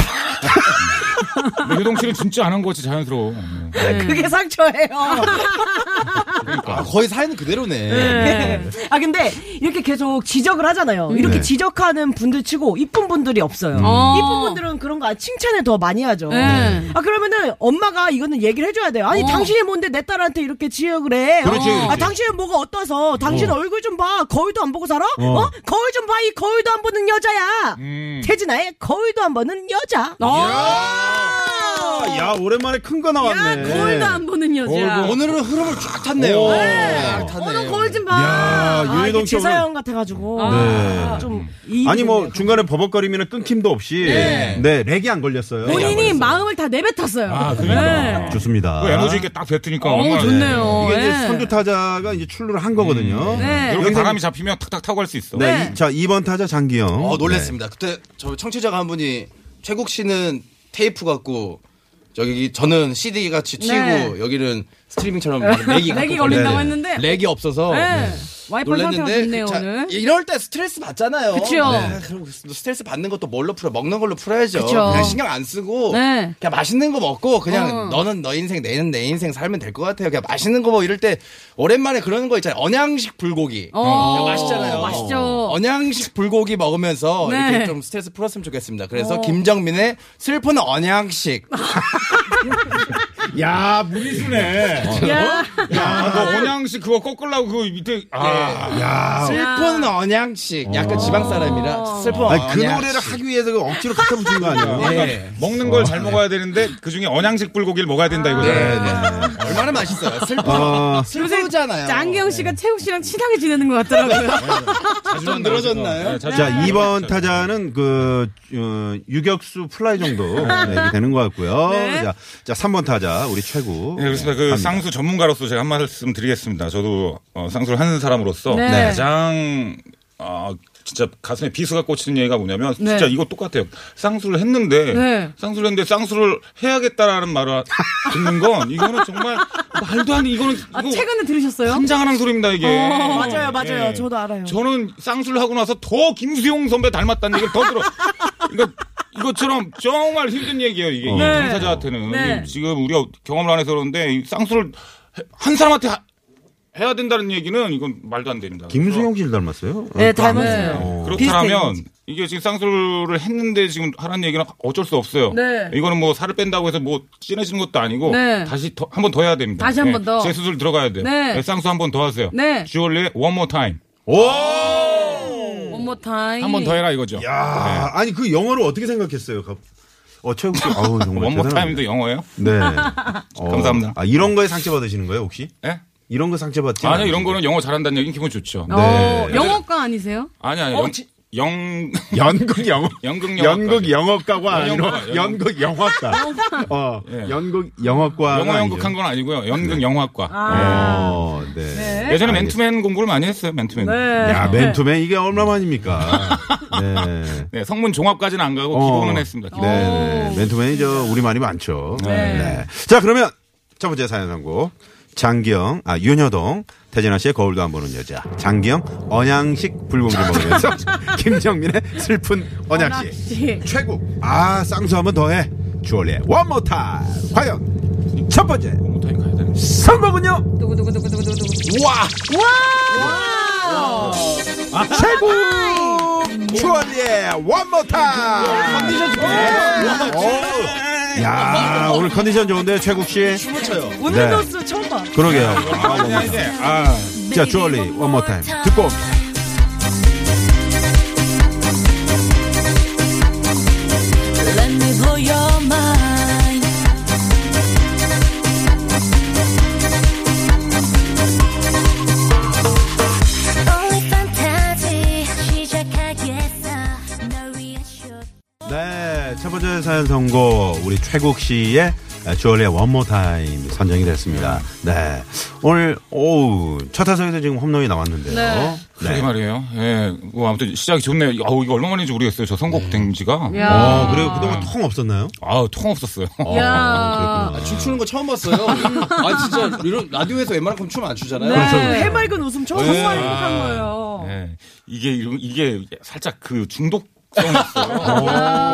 Speaker 5: 근데 효동 씨는 진짜 안 한 거지 자연스러워. 네.
Speaker 7: 그게 상처예요.
Speaker 8: 아, 거의 사연은 그대로네.
Speaker 7: 아 근데 이렇게 계속 지적을 하잖아요. 이렇게
Speaker 4: 네. 음.
Speaker 7: 지적하는 분들 치고 이쁜 분들이 없어요.
Speaker 3: 어.
Speaker 7: 이쁜 분들은 그런 거 아, 칭찬을 더 많이 하죠.
Speaker 3: 네.
Speaker 7: 아 그러면은 엄마가 이거는 얘기를 해줘야 돼요. 아니
Speaker 3: 어.
Speaker 7: 당신이 뭔데 내 딸한테 이렇게 지적을 해?
Speaker 4: 그렇지,
Speaker 7: 어. 아
Speaker 4: 그렇지.
Speaker 7: 당신은 뭐가 어떠서? 당신 얼굴 좀 봐. 거울도 안 보고 살아? 어? 거울 좀 봐. 이
Speaker 4: 음. 어.
Speaker 7: 거울도
Speaker 3: 어,
Speaker 7: 안 보는 아, 여자야. 태진아의 거울도 안 보는 여자.
Speaker 3: 아,
Speaker 4: 아, 야, 오랜만에 큰 거
Speaker 3: 야,
Speaker 4: 나왔네.
Speaker 3: 거울도 안 보는 여자.
Speaker 8: 오늘은 흐름을 쫙 탔네요.
Speaker 4: 오.
Speaker 8: 쫙
Speaker 3: 어, 너
Speaker 8: 탔네요.
Speaker 3: 거울 좀
Speaker 4: 야,
Speaker 3: 봐.
Speaker 7: 아, 이게
Speaker 4: 유해동 씨. 오늘-
Speaker 7: 제사형 같아가지고
Speaker 4: 네.
Speaker 7: 좀
Speaker 4: 아니, 뭐, 중간에 버벅거리면 끊김도 없이. 네. 렉이 안 걸렸어요.
Speaker 3: 본인이 마음을 다 내뱉었어요. 네.
Speaker 5: 아, 그러니까.
Speaker 4: 좋습니다.
Speaker 5: 그 에너지 있게 딱 뱉으니까.
Speaker 3: 어,
Speaker 5: 얼마나
Speaker 3: 좋네요.
Speaker 4: 이게 이제
Speaker 3: 예.
Speaker 4: 선두 타자가 이제 출루를 한 거거든요.
Speaker 3: 네.
Speaker 5: 이렇게
Speaker 4: 여기서-
Speaker 5: 바람이 잡히면 탁탁 타고 갈 수 있어.
Speaker 4: 네. 이- 자, 2번 타자 장기영.
Speaker 8: 어, 놀랬습니다. 그때 저 청취자가 한 분이 최국 씨는 테이프 같고 저기 저는 CD 같이 치고
Speaker 3: 네.
Speaker 8: 여기는 스트리밍처럼 렉이 갖고
Speaker 3: 렉이 걸린다고
Speaker 8: 걸려요.
Speaker 3: 했는데.
Speaker 8: 렉이 없어서
Speaker 3: 네. 와이퍼 상태가
Speaker 8: 놀랬는데 그
Speaker 3: 좋네요,
Speaker 8: 자,
Speaker 3: 오늘.
Speaker 8: 이럴 때 스트레스 받잖아요.
Speaker 3: 그쵸.
Speaker 8: 네. 그럼 스트레스 받는 것도 뭘로 풀어? 먹는 걸로 풀어야죠.
Speaker 3: 그쵸.
Speaker 8: 그냥 신경 안 쓰고
Speaker 3: 네.
Speaker 8: 그냥 맛있는 거 먹고 그냥
Speaker 3: 어.
Speaker 8: 너는 너 인생 내는 내 인생 살면 될 것 같아요. 그냥 맛있는 거 먹고 이럴 때 오랜만에 그러는 거 있잖아요. 언양식 불고기.
Speaker 3: 어.
Speaker 8: 그냥 맛있잖아요. 어,
Speaker 3: 맛있죠.
Speaker 8: 언양식 불고기 먹으면서
Speaker 3: 네.
Speaker 8: 이렇게 좀 스트레스 풀었으면 좋겠습니다. 그래서 김정민의 슬픈 언양식.
Speaker 4: 야, 무리수네.
Speaker 3: 야,
Speaker 5: 아, 그 원양씨 그거 꺾으려고 그 밑에. 아.
Speaker 4: 야.
Speaker 8: 슬픈 언양식. 약간 지방 사람이라 슬픈 언양식.
Speaker 4: 아니, 그 노래를 하기 위해서 그 억지로 갖다 붙인 거 아니에요?
Speaker 8: 네.
Speaker 5: 그러니까 먹는 걸 잘 먹어야 되는데 그 중에 언양식 불고기를 먹어야 된다
Speaker 8: 네,
Speaker 5: 이거잖아요.
Speaker 8: 네. 얼마나 맛있어요. 슬퍼.
Speaker 4: 어.
Speaker 8: 슬프잖아요. 네.
Speaker 3: 장기영 씨가 채욱 씨랑 친하게 지내는 것 같더라고요.
Speaker 8: 좀 늘어졌나요?
Speaker 4: 자, 2번 타자는 그, 어, 유격수 플라이 정도 네, 이렇게 되는 것 같고요.
Speaker 3: 네.
Speaker 4: 자, 자, 3번 타자, 우리 최고.
Speaker 5: 네, 그렇습니다. 그 쌍수 전문가로서 제가 한 말씀 드리겠습니다. 저도 어, 쌍수를 하는 사람으로서
Speaker 3: 네.
Speaker 5: 가장 아, 진짜 가슴에 비수가 꽂히는 얘기가 뭐냐면
Speaker 3: 네.
Speaker 5: 진짜 이거 똑같아요. 쌍수를 했는데
Speaker 3: 네.
Speaker 5: 쌍수를 했는데 쌍수를 해야겠다라는 말을 듣는 건 이거는 정말 말도 안 돼. 이거는
Speaker 3: 아,
Speaker 5: 이거
Speaker 3: 최근에 들으셨어요?
Speaker 5: 환장하는 소리입니다 이게.
Speaker 7: 맞아요, 맞아요.
Speaker 5: 예.
Speaker 7: 저도 알아요.
Speaker 5: 저는 쌍수를 하고 나서 더 김수용 선배 닮았다는 얘기를 더 들어. 그러니까 이것처럼 정말 힘든 얘기예요 이게
Speaker 7: 어.
Speaker 5: 이
Speaker 3: 네.
Speaker 5: 당사자한테는
Speaker 3: 네.
Speaker 5: 지금 우리가 경험을 안 해서 그런데 이 쌍수를 해- 한 사람한테 하- 해야 된다는 얘기는 이건 말도 안 됩니다.
Speaker 4: 김수영 씨를 닮았어요?
Speaker 7: 네,
Speaker 4: 또 안
Speaker 7: 닮았어요.
Speaker 4: 닮았네요. 어.
Speaker 5: 그렇다면 이게 지금 쌍수를 했는데 지금 하라는 얘기는 어쩔 수 없어요.
Speaker 3: 네.
Speaker 5: 이거는 뭐 살을 뺀다고 해서 뭐 진해지는 것도 아니고
Speaker 3: 네.
Speaker 5: 다시 한 번 더 해야 됩니다. 네.
Speaker 3: 다시 한번 더.
Speaker 5: 재수술 들어가야 돼요.
Speaker 3: 네.
Speaker 5: 네, 쌍수 한 번 더 하세요.
Speaker 3: 네.
Speaker 5: 주얼리의 One More Time.
Speaker 3: 원모 타임.
Speaker 5: 한 번 더 해라 이거죠.
Speaker 4: 야, 아니 그 영어를 어떻게 생각했어요? 갑- 어, 최욱 씨, 아우 정말
Speaker 5: 원모
Speaker 4: 대단합니다.
Speaker 5: 타임도 영어예요?
Speaker 4: 네.
Speaker 5: 감사합니다.
Speaker 4: 아, 이런 거에 상처 받으시는 거예요, 혹시?
Speaker 5: 예?
Speaker 4: 이런 거 상처 받지?
Speaker 5: 아니요, 이런 거는 영어 잘한다는 얘기는 기분 좋죠.
Speaker 3: 어, 영어과 아니세요?
Speaker 5: 아니, 아니, 영, 영,
Speaker 4: 연극 영어.
Speaker 5: 연극 영어.
Speaker 4: 연극 영어과가
Speaker 5: 영어과,
Speaker 4: 아니라
Speaker 5: 영어.
Speaker 4: 연극 영화과. 어,
Speaker 5: 예.
Speaker 4: 연극 영어과.
Speaker 5: 영어 연극한 건 아니고요.
Speaker 4: 네.
Speaker 5: 연극 영화과.
Speaker 4: 어, 네.
Speaker 5: 예. 예전에 맨투맨 공부를 많이 했어요, 맨투맨.
Speaker 3: 네.
Speaker 4: 야, 맨투맨 이게 얼마만입니까? 네.
Speaker 5: 네, 성문 종합까지는 안 가고
Speaker 4: 어.
Speaker 5: 기본은 했습니다. 기본.
Speaker 4: 네, 네. 맨투맨이 저 우리 말이 많죠. 네. 자, 그러면 첫 번째 사연 한곡 장기영, 아, 윤여동, 태진아 씨의 거울도 안 보는 여자. 장기영, 언양식 불고기 먹으면서 김정민의 슬픈 언양식.
Speaker 3: 씨.
Speaker 4: 최고. 아, 쌍수 한 번 더 해. 주얼리의 원모 타임. 과연 첫 번째
Speaker 5: 타임 가야 되는데.
Speaker 4: 선곡은요?
Speaker 3: 두구두구두구두구두구.
Speaker 4: 와! 와! 최고! 주얼리의 원모 타임.
Speaker 8: 컨디션 좋아요.
Speaker 4: 예. 어. 야 오늘 컨디션 좋은데 최국 씨.
Speaker 7: 오늘
Speaker 4: 네.
Speaker 7: 노스 처음 봐.
Speaker 4: 그러게요. 아,
Speaker 3: 어,
Speaker 4: 원모 타임.
Speaker 3: 네.
Speaker 5: 아,
Speaker 4: 자, 주얼리 원모 타임 듣고 옵시다.
Speaker 9: Let me blow your mind. Only fantasy 시작하겠어. 널 위한 쇼.
Speaker 4: 네, 첫 번째 사연 선고 우리 최국 씨의 아, 주얼리의 원모 타임 선정이 됐습니다. 네, 오늘 오우 첫 타석에서 지금 홈런이 나왔는데요.
Speaker 3: 네.
Speaker 5: 그러게 말이에요. 예. 뭐 아무튼 시작이 좋네요. 아우, 이거 얼마만인지 모르겠어요. 저
Speaker 4: 음.
Speaker 5: 선곡 된 지가. 아,
Speaker 3: 야.
Speaker 4: 어, 그리고 그동안
Speaker 5: 네.
Speaker 4: 통 없었나요?
Speaker 5: 아우, 통 없었어요.
Speaker 3: 야.
Speaker 8: 아, 춤추는 거 처음 봤어요. 아 진짜 이런 라디오에서 웬만큼 춤 안 추잖아요.
Speaker 4: 네.
Speaker 7: 해맑은 웃음 처음 정말 행복한 거예요.
Speaker 5: 예. 이게, 이런- 이게 살짝 그 중독. 성이 있어요.
Speaker 7: 아.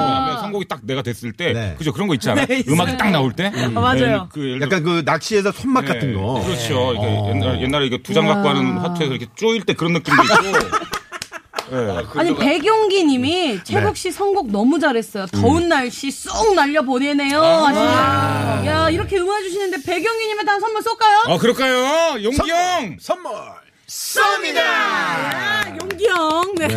Speaker 5: 왜냐하면 선곡이 딱 내가 됐을 때,
Speaker 4: 네.
Speaker 5: 그죠 그런 거 있지 않아요?
Speaker 7: 네, 있어요.
Speaker 5: 음악이 딱 나올 때,
Speaker 7: 맞아요.
Speaker 5: 예, 그 예를 들어-
Speaker 4: 약간 그 낚시에서 손맛 같은 거. 어.
Speaker 5: 네, 그렇죠. 이게 옛날, 옛날에 이게 두 장 갖고 하는 화투에서 이렇게 쪼일 때 그런 느낌도 있고. 예.
Speaker 3: 아니 백용기 님이 최국 씨 선곡 너무 잘했어요. 더운 날씨 쏙 날려 보내네요. 하시네요. 야, 이렇게 응원 해 주시는데 백용기 님한테 한 선물 쏠까요?
Speaker 5: 아, 그럴까요? 용기 형!
Speaker 4: 선물.
Speaker 3: 쏩니다. 야, 용기 형. 네.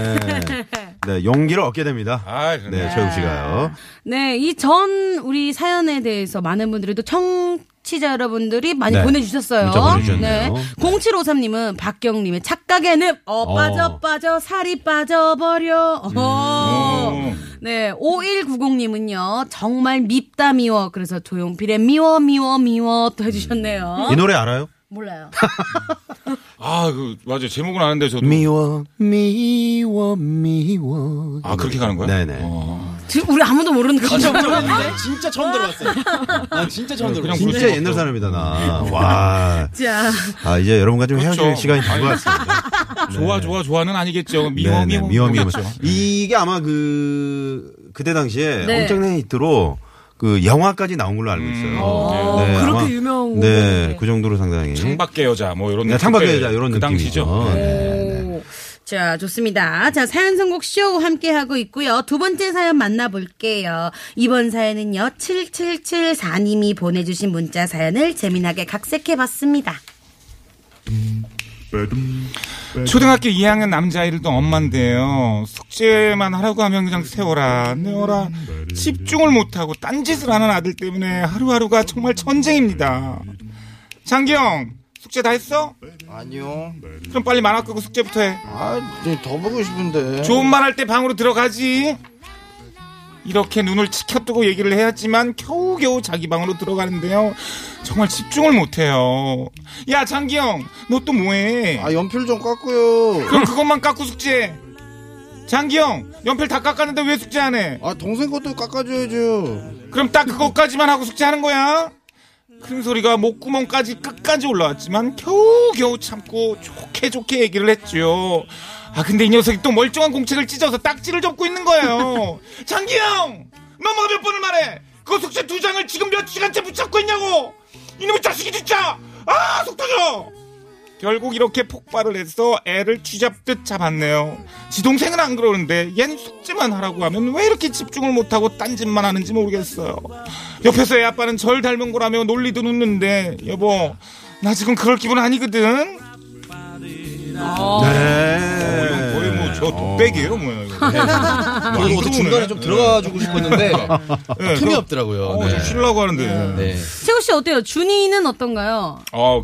Speaker 4: 네, 용기를 얻게 됩니다.
Speaker 5: 아, 그러네.
Speaker 4: 네, 최욱 씨가요.
Speaker 3: 네, 이 전 우리 사연에 대해서 많은 분들이 또 청취자 여러분들이 많이
Speaker 4: 네.
Speaker 3: 보내주셨어요.
Speaker 4: 문자 보내주셨네요.
Speaker 3: 0753님은 박경님의 착각의 늪. 어,
Speaker 4: 어.
Speaker 3: 빠져, 빠져, 살이 빠져버려.
Speaker 4: 음.
Speaker 3: 어.
Speaker 5: 음.
Speaker 3: 네, 5190님은요, 정말 밉다, 미워. 그래서 조용필의 미워, 미워, 미워 또 해주셨네요.
Speaker 4: 이 노래 알아요?
Speaker 3: 몰라요.
Speaker 5: 아, 그, 맞아요. 제목은 아는데 저도.
Speaker 8: 미워 미워 미워
Speaker 5: 아, 그렇게 가는 거야?
Speaker 4: 네네.
Speaker 5: 어.
Speaker 3: 지금 우리 아무도 모르는 거죠.
Speaker 8: 네. 진짜 처음 들어봤어요. 난 진짜 처음
Speaker 5: 그냥 그렇죠. 부를
Speaker 8: 들어봤어요.
Speaker 4: 진짜
Speaker 5: 수가
Speaker 4: 옛날
Speaker 5: 없어.
Speaker 4: 사람이다, 나. 와.
Speaker 3: 자,
Speaker 4: 아, 이제 여러분과 좀 헤어질
Speaker 5: 음. 그렇죠.
Speaker 4: 시간이 된
Speaker 5: 아니,
Speaker 4: 것 같습니다.
Speaker 5: 좋아, 좋아, 좋아는 아니겠죠. 미워,
Speaker 4: 네.
Speaker 5: 뭐
Speaker 4: 네네,
Speaker 5: 미워. 그렇죠.
Speaker 4: 미워, 뭐 미워.
Speaker 5: 맞죠?
Speaker 4: 이게 아마 그, 그때 당시에
Speaker 3: 네.
Speaker 4: 엄청난 히트로 그 영화까지 나온 걸로
Speaker 5: 음.
Speaker 4: 알고 있어요.
Speaker 7: 어,
Speaker 4: 네,
Speaker 7: 그렇게
Speaker 4: 아마-
Speaker 7: 유명한
Speaker 4: 네, 그 정도로 상당히.
Speaker 5: 창밖의 여자, 뭐, 이런.
Speaker 4: 네, 창밖의
Speaker 5: 그때
Speaker 4: 여자, 이런
Speaker 5: 그
Speaker 4: 느낌이죠.
Speaker 5: 당시죠.
Speaker 4: 네.
Speaker 3: 오. 자, 좋습니다. 자, 사연 선곡 쇼 함께하고 있고요. 두 번째 사연 만나볼게요. 이번 사연은요, 7774님이 보내주신 문자 사연을 재미나게 각색해봤습니다.
Speaker 4: 네.
Speaker 5: 초등학교 2학년 남자아이를 둔 엄마인데요. 숙제만 하라고 하면 그냥 세워라, 내어라. 집중을 못하고 딴짓을 하는 아들 때문에 하루하루가 정말 전쟁입니다. 장기영, 숙제 다 했어?
Speaker 6: 아니요.
Speaker 5: 그럼 빨리 만화 끄고 숙제부터 해.
Speaker 6: 아, 네, 더 보고 싶은데.
Speaker 5: 좋은 말 할 때 방으로 들어가지. 이렇게 눈을 치켜뜨고 얘기를 해야지만 겨우겨우 자기 방으로 들어가는데요. 정말 집중을 못해요. 야, 장기영, 너 또 뭐해?
Speaker 6: 아, 연필 좀 깎고요.
Speaker 5: 그럼 그것만 깎고 숙제해. 장기영, 연필 다 깎았는데 왜 숙제 안 해?
Speaker 6: 아, 동생 것도 깎아줘야죠.
Speaker 5: 그럼 딱 그것까지만 하고 숙제하는 거야? 큰 소리가 목구멍까지 끝까지 올라왔지만 겨우겨우 참고 좋게 좋게 얘기를 했죠. 아 근데 이 녀석이 또 멀쩡한 공책을 찢어서 딱지를 접고 있는 거예요. 장기영, 너 뭐가 몇 번을 말해? 그 숙제 두 장을 지금 몇 시간째 붙잡고 있냐고? 이놈의 자식이 진짜! 아, 속 터져! 결국 이렇게 폭발을 해서 애를 쥐잡듯 잡았네요. 지 동생은 안 그러는데 얘는 숙제만 하라고 하면 왜 이렇게 집중을 못하고 딴짓만 하는지 모르겠어요. 옆에서 애 아빠는 절 닮은 거라며 놀리듯 웃는데 여보 나 지금 그럴 기분 아니거든.
Speaker 4: 네.
Speaker 5: 거의 뭐 저 독백이에요 뭐야 이거.
Speaker 8: 어. 저도 어제 중간에 좀 들어가 주고 싶었는데
Speaker 5: 네,
Speaker 8: 틈이
Speaker 5: 저-
Speaker 8: 없더라고요.
Speaker 5: 어,
Speaker 8: 네.
Speaker 5: 좀 쉬려고 하는데.
Speaker 8: 네.
Speaker 3: 세호 씨 어때요? 준이는 어떤가요?
Speaker 5: 아,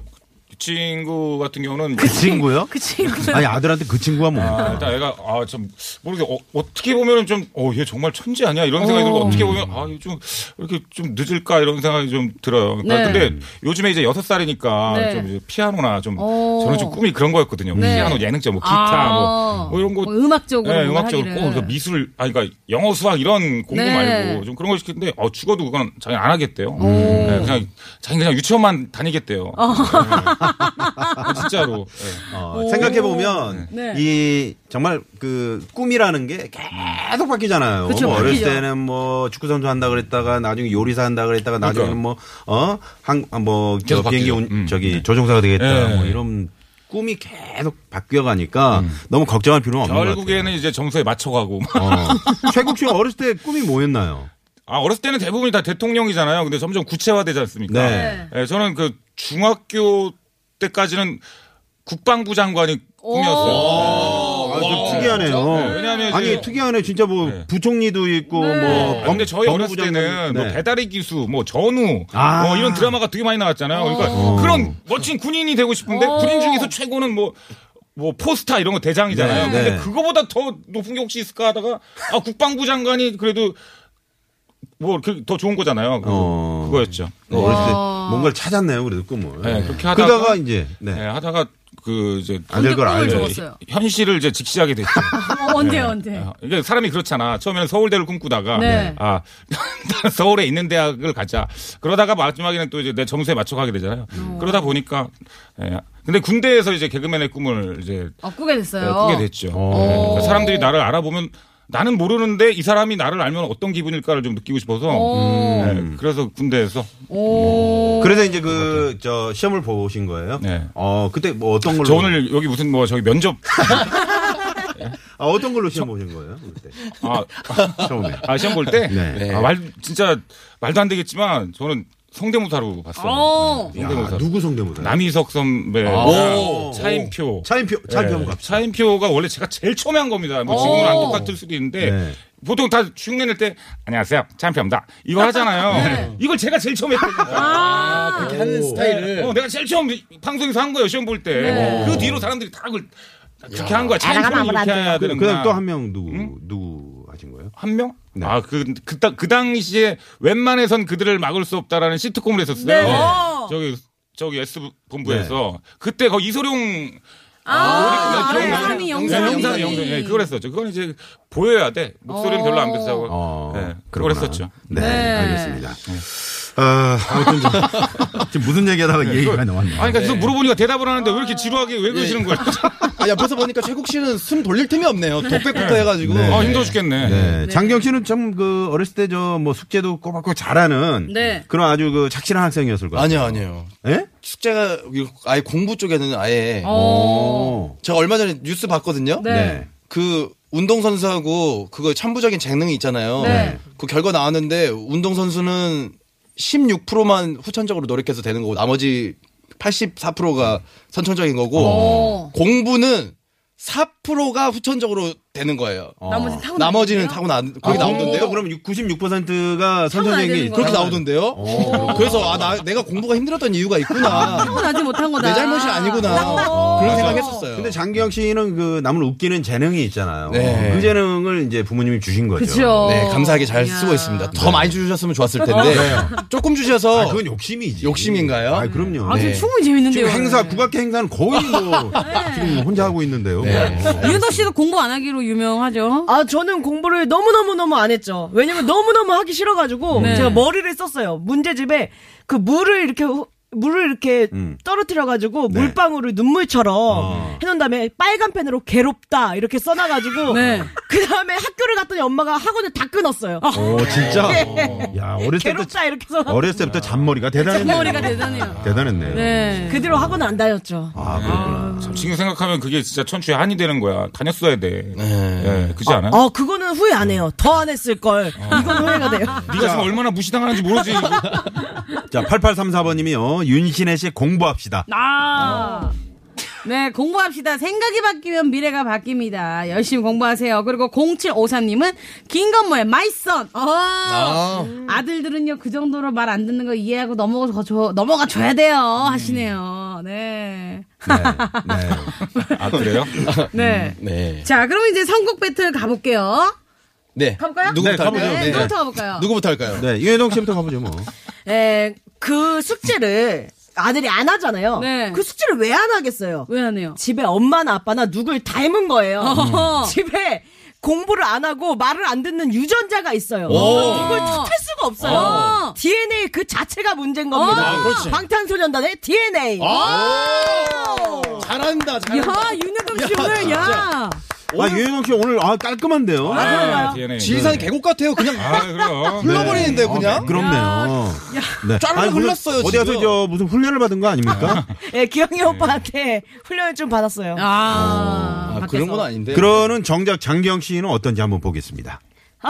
Speaker 5: 이 친구 같은 경우는
Speaker 4: 그 친구요?
Speaker 3: 그 친구.
Speaker 4: 아니, 아들한테 그 친구가
Speaker 5: 아,
Speaker 4: 뭐.
Speaker 5: 일단 애가 아 참 모르게 어, 떻게 보면은 좀어얘 정말 천재 아니야 이런 생각이 들고 어떻게 보면 아좀 이렇게 좀 늦을까 이런 생각이 좀 들어요. 그러니까
Speaker 3: 네.
Speaker 5: 근데 요즘에 이제 여섯 살이니까
Speaker 3: 네.
Speaker 5: 좀 이제 피아노나 좀
Speaker 3: 어.
Speaker 5: 저는 좀 꿈이 그런 거였거든요.
Speaker 3: 네.
Speaker 5: 피아노 예능적 뭐 기타
Speaker 3: 아.
Speaker 5: 뭐, 뭐 이런 거
Speaker 3: 뭐 음악적으로
Speaker 5: 예,
Speaker 3: 뭔가
Speaker 5: 음악적으로
Speaker 3: 하기를.
Speaker 5: 꼭 그러니까 미술 아니 그러니까 영어 수학 이런 공부
Speaker 3: 네. 어.
Speaker 5: 말고 좀 그런 걸 시키는데 어 죽어도 그건 자기 안 하겠대요. 예, 그냥 자기 그냥 유치원만 다니겠대요. 예. 진짜로. 예.
Speaker 4: 어, 생각해보면,
Speaker 3: 네.
Speaker 4: 이, 정말 그, 꿈이라는 게 계속 바뀌잖아요.
Speaker 3: 그쵸,
Speaker 4: 뭐 어렸을
Speaker 3: 바뀌죠.
Speaker 4: 때는 뭐 축구선수 한다 그랬다가, 나중에 요리사 한다 그랬다가,
Speaker 5: 그러니까.
Speaker 4: 나중에는 뭐, 어? 한, 아, 뭐, 저
Speaker 8: 계속
Speaker 4: 비행기
Speaker 8: 바뀌죠.
Speaker 4: 운,
Speaker 5: 음.
Speaker 4: 저기, 조종사가 되겠다.
Speaker 5: 예.
Speaker 4: 뭐 이런 꿈이 계속 바뀌어가니까, 너무 걱정할 필요는 없는 것 같아요.
Speaker 5: 음. 결국에는 이제 점수에 맞춰가고
Speaker 4: 어. 최국 씨가 어렸을 때 꿈이 뭐였나요?
Speaker 5: 아, 어렸을 때는 대부분이 다 대통령이잖아요. 근데 점점 구체화되지 않습니까?
Speaker 4: 네.
Speaker 5: 예, 저는 그 중학교 때까지는 국방부 장관이 꿈이었어요.
Speaker 4: 아, 좀 특이하네요.
Speaker 5: 네, 왜냐하면
Speaker 4: 어. 아니,
Speaker 5: 이제-
Speaker 4: 특이하네. 진짜 뭐,
Speaker 5: 네.
Speaker 4: 부총리도 있고, 뭐,
Speaker 5: 아, 근데 저희
Speaker 4: 법무부
Speaker 5: 어렸을 때는
Speaker 4: 장관이-
Speaker 5: 뭐
Speaker 4: 네.
Speaker 5: 배달의 기수, 뭐 전우,
Speaker 4: 아. 어.
Speaker 5: 뭐 이런 드라마가 되게 많이 나왔잖아요. 그러니까 그런 멋진 군인이 되고 싶은데 군인 중에서 최고는 뭐. 뭐 포스타 이런 거 대장이잖아요.
Speaker 4: 네,
Speaker 5: 근데
Speaker 4: 네.
Speaker 5: 그거보다 더 높은 게 혹시 있을까 하다가 아 국방부 장관이 그래도 뭐더 좋은 거잖아요. 그-
Speaker 4: 어.
Speaker 5: 그거였죠.
Speaker 4: 어, 어렸을 때 뭔가를 찾았네요. 그래도 꿈을.
Speaker 5: 네, 그렇게 하다가-
Speaker 4: 그러다가 이제 네. 아,
Speaker 5: 네, 하다가 그 이제
Speaker 4: 안 될 걸
Speaker 3: 꿈을
Speaker 4: 알죠.
Speaker 3: 접었어요. 있어요.
Speaker 5: 현실을 이제 직시하게 됐죠.
Speaker 3: 어, 언제, 언제?
Speaker 5: 아, 이게 사람이 그렇잖아. 처음에는 서울대를 꿈꾸다가
Speaker 3: 네.
Speaker 5: 아 서울에 있는 대학을 가자. 그러다가 마지막에는 또 이제 내 점수에 맞춰 가게 되잖아요.
Speaker 3: 음.
Speaker 5: 그러다 보니까 예. 근데 군대에서 이제 개그맨의 꿈을 이제 예,
Speaker 3: 어, 꾸게 됐어요.
Speaker 5: 꾸게 네, 됐죠. 예. 그러니까 사람들이 나를 알아보면 나는 모르는데 이 사람이 나를 알면 어떤 기분일까를 좀 느끼고 싶어서
Speaker 3: 오.
Speaker 5: 예, 그래서 군대에서
Speaker 3: 음. 오.
Speaker 4: 그래서 이제 그 저 시험을 보신 거예요.
Speaker 5: 그렇죠. 네.
Speaker 4: 어 그때 뭐 어떤 걸로
Speaker 5: 저 오늘 여기 무슨 뭐 저기 면접
Speaker 4: 아, 어떤 걸로 시험 보신 거예요? 그때
Speaker 5: 아,
Speaker 4: 처음에.
Speaker 5: 아 시험 볼 때
Speaker 4: 네.
Speaker 5: 아, 말 진짜 말도 안 되겠지만 저는 성대모사로 봤어요.
Speaker 3: 어.
Speaker 5: 네,
Speaker 4: 야,
Speaker 5: 성대모사.
Speaker 4: 누구 아. 성대모사?
Speaker 5: 남희석 선배,
Speaker 8: 오.
Speaker 5: 차인표.
Speaker 4: 차인표,
Speaker 5: 네.
Speaker 4: 차인표 한번 갑시다.
Speaker 5: 차인표가 원래 제가 제일 처음에 한 겁니다. 뭐 지금은 안 똑같을 수도 있는데
Speaker 4: 네.
Speaker 5: 보통 다 흉내낼 때 안녕하세요 차인표입니다. 이거 하잖아요.
Speaker 4: 네.
Speaker 5: 이걸 제가 제일 처음
Speaker 4: 아.
Speaker 5: 했거든요.
Speaker 8: 그렇게 하는 스타일을.
Speaker 5: 어, 내가 제일 처음 방송에서 한 거예요 시험 볼 때.
Speaker 4: 네.
Speaker 5: 그 뒤로 사람들이 다 그걸 그렇게 한 거야. 차인표는 이렇게 해야 되는
Speaker 4: 그
Speaker 5: 거야.
Speaker 4: 다음 또 한 명 누구, 누구 하신 거예요?
Speaker 5: 한 명? 아, 그, 그, 당- 그 당시에 웬만해선 그들을 막을 수 없다라는 시트콤을 했었어요.
Speaker 3: 네.
Speaker 5: 네. 저기, 저기 S본부에서. 그때 거 이소룡. 아,
Speaker 3: 영상이, 영상이.
Speaker 5: 영상이, 영상이. 예, 그걸 했었죠. 그건 이제 보여야 돼. 목소리는 별로 안 비싸고.
Speaker 4: 어,
Speaker 5: 예, 그걸
Speaker 4: 그렇구나.
Speaker 5: 했었죠.
Speaker 4: 네, 알겠습니다. 아, 아무튼 좀- 지금 무슨 얘기하다가 이 얘기가 나왔네요.
Speaker 5: 아니, 그러니까 계속 물어보니까 대답을 하는데 왜
Speaker 3: 아.
Speaker 5: 이렇게 지루하게 왜 그러시는 거예요?
Speaker 8: 아, 옆에서 보니까 최국 씨는 숨 돌릴 틈이 없네요. 독백부터 해가지고.
Speaker 5: 아, 힘들어 죽겠네.
Speaker 4: 네. 장경 씨는 참 그 어렸을 때 저 뭐 숙제도 꼬박꼬박 잘하는
Speaker 3: 네.
Speaker 4: 그런 아주 그 착실한 학생이었을 거예요.
Speaker 8: 아니요, 아니요.
Speaker 4: 예?
Speaker 8: 숙제가 아예 공부 쪽에는 아예
Speaker 4: 오.
Speaker 8: 제가 얼마 전에 뉴스 봤거든요.
Speaker 3: 어. 네.
Speaker 4: 어. 네.
Speaker 8: 그 운동선수하고 그거 천부적인 재능이 있잖아요.
Speaker 3: 네.
Speaker 8: 그 결과 나왔는데 운동선수는 16%만 후천적으로 노력해서 되는 거고 나머지 84%가 선천적인 거고
Speaker 3: 오.
Speaker 8: 공부는 4%가 후천적으로 되는 거예요.
Speaker 3: 나머지 타고
Speaker 8: 나머지는 타고나 거기
Speaker 3: 아.
Speaker 8: 나오던데요.
Speaker 4: 어. 아, 그럼 96%가
Speaker 3: 타고나야
Speaker 4: 선천적인 게
Speaker 3: 되는
Speaker 4: 있-
Speaker 3: 거예요?
Speaker 8: 그렇게 나오던데요. 그래서 아, 나, 내가 공부가 힘들었던 이유가 있구나.
Speaker 3: 나지 못한 거다.
Speaker 8: 내 잘못이 아니구나. 그런 생각했었어요.
Speaker 4: 근데 장기영 씨는 그 남을 웃기는 재능이 있잖아요.
Speaker 8: 네.
Speaker 4: 그 재능을 이제 부모님이 주신 거죠.
Speaker 3: 그죠.
Speaker 8: 네, 감사하게 잘 쓰고 있습니다. 네. 더 많이 주셨으면 좋았을 텐데 조금 주셔서
Speaker 4: 아, 그건 욕심이지.
Speaker 8: 어. 욕심인가요?
Speaker 4: 아, 그럼요.
Speaker 3: 아, 지금
Speaker 8: 네.
Speaker 3: 충분히
Speaker 4: 지금
Speaker 3: 재밌는데요. 네.
Speaker 4: 행사 국악회 행사는 거의 뭐 지금 혼자 하고 있는데요.
Speaker 8: 네.
Speaker 4: 뭐.
Speaker 3: 윤서 씨도 공부 안 하기로 유명하죠.
Speaker 7: 아, 저는 공부를 너무너무너무 안 했죠. 왜냐면 너무너무 하기 싫어가지고,
Speaker 3: 네.
Speaker 7: 제가 머리를 썼어요. 문제집에 그 물을 이렇게, 후- 물을 이렇게
Speaker 4: 음.
Speaker 7: 떨어뜨려가지고,
Speaker 4: 네.
Speaker 7: 물방울을 눈물처럼
Speaker 4: 어.
Speaker 7: 해놓은 다음에 빨간 펜으로 괴롭다, 이렇게 써놔가지고,
Speaker 3: 네.
Speaker 7: 그 다음에 학교를 갔더니 엄마가 학원을 다 끊었어요.
Speaker 4: 오, 진짜.
Speaker 3: 네.
Speaker 4: 야, 어렸을 때부터
Speaker 7: 괴롭다, 이렇게 써놔.
Speaker 4: 어렸을 때부터 잔머리가 대단했네.
Speaker 3: 머리가 대단해요.
Speaker 4: 대단했네요.
Speaker 3: 네.
Speaker 7: 그 뒤로 학원 안 다녔죠.
Speaker 4: 아, 그렇구나.
Speaker 5: 참, 지금 생각하면 그게 진짜 천추의 한이 되는 거야. 다녔어야 돼.
Speaker 8: 네.
Speaker 5: 예, 그지 않아?
Speaker 7: 아, 그거는 후회 안 해요. 더 안 했을 걸.
Speaker 4: 어.
Speaker 7: 이건 후회가 돼요.
Speaker 5: 네가 지금 얼마나 무시당하는지 모르지.
Speaker 4: 자, 8834번님이요. 윤신혜 씨 공부합시다.
Speaker 3: 아. 네, 공부합시다. 생각이 바뀌면 미래가 바뀝니다. 열심히 공부하세요. 그리고 0753님은 김건모의 마이선. 어.
Speaker 8: 아.
Speaker 3: 아들들은요, 그 정도로 말 안 듣는 거 이해하고 넘어가, 줘, 넘어가 줘야 돼요. 하시네요. 네.
Speaker 4: 네. 네.
Speaker 5: 아, 그래요?
Speaker 3: 네.
Speaker 8: 네.
Speaker 3: 자, 그럼 이제 선곡 배틀 가볼게요.
Speaker 8: 네.
Speaker 3: 가볼까요?
Speaker 4: 네,
Speaker 8: 누구부터 할까요?
Speaker 3: 네,
Speaker 8: 네.
Speaker 3: 누구부터 가볼까요?
Speaker 8: 누구부터 할까요?
Speaker 4: 네. 유해동 씨부터 가보죠, 뭐.
Speaker 7: 에, 그 숙제를 아들이 안 하잖아요.
Speaker 3: 네.
Speaker 7: 그 숙제를 왜 안 하겠어요?
Speaker 3: 왜 안 해요?
Speaker 7: 집에 엄마나 아빠나 누굴 닮은 거예요.
Speaker 3: 어허.
Speaker 7: 집에 공부를 안 하고 말을 안 듣는 유전자가 있어요. 이걸 탓할 수가 없어요. DNA 그 자체가 문제인
Speaker 3: 어.
Speaker 7: 겁니다.
Speaker 3: 아,
Speaker 7: 방탄소년단의 DNA.
Speaker 8: 아. 오! 잘한다,
Speaker 3: 야,
Speaker 8: 잘한다.
Speaker 3: 윤여동 씨 오늘, 야.
Speaker 4: 아, 유해동 씨 오늘, 아, 깔끔한데요.
Speaker 5: 아, DNA.
Speaker 8: 지리산 계곡 네. 같아요. 그냥
Speaker 5: 아, 그럼.
Speaker 8: 흘러버리는데 요 그냥.
Speaker 4: 아, 그렇네요. 네.
Speaker 8: 쫙
Speaker 4: 아니, 무슨-
Speaker 8: 흘렀어요,
Speaker 4: 어디 가서
Speaker 8: 지금.
Speaker 4: 저 무슨 훈련을 받은 거 아닙니까?
Speaker 7: 예, 기영이 오빠한테 훈련을 좀 받았어요.
Speaker 3: 아.
Speaker 8: 아, 그런 건 아닌데.
Speaker 4: 그러는 정작 장기영 씨는 어떤지 한번 보겠습니다.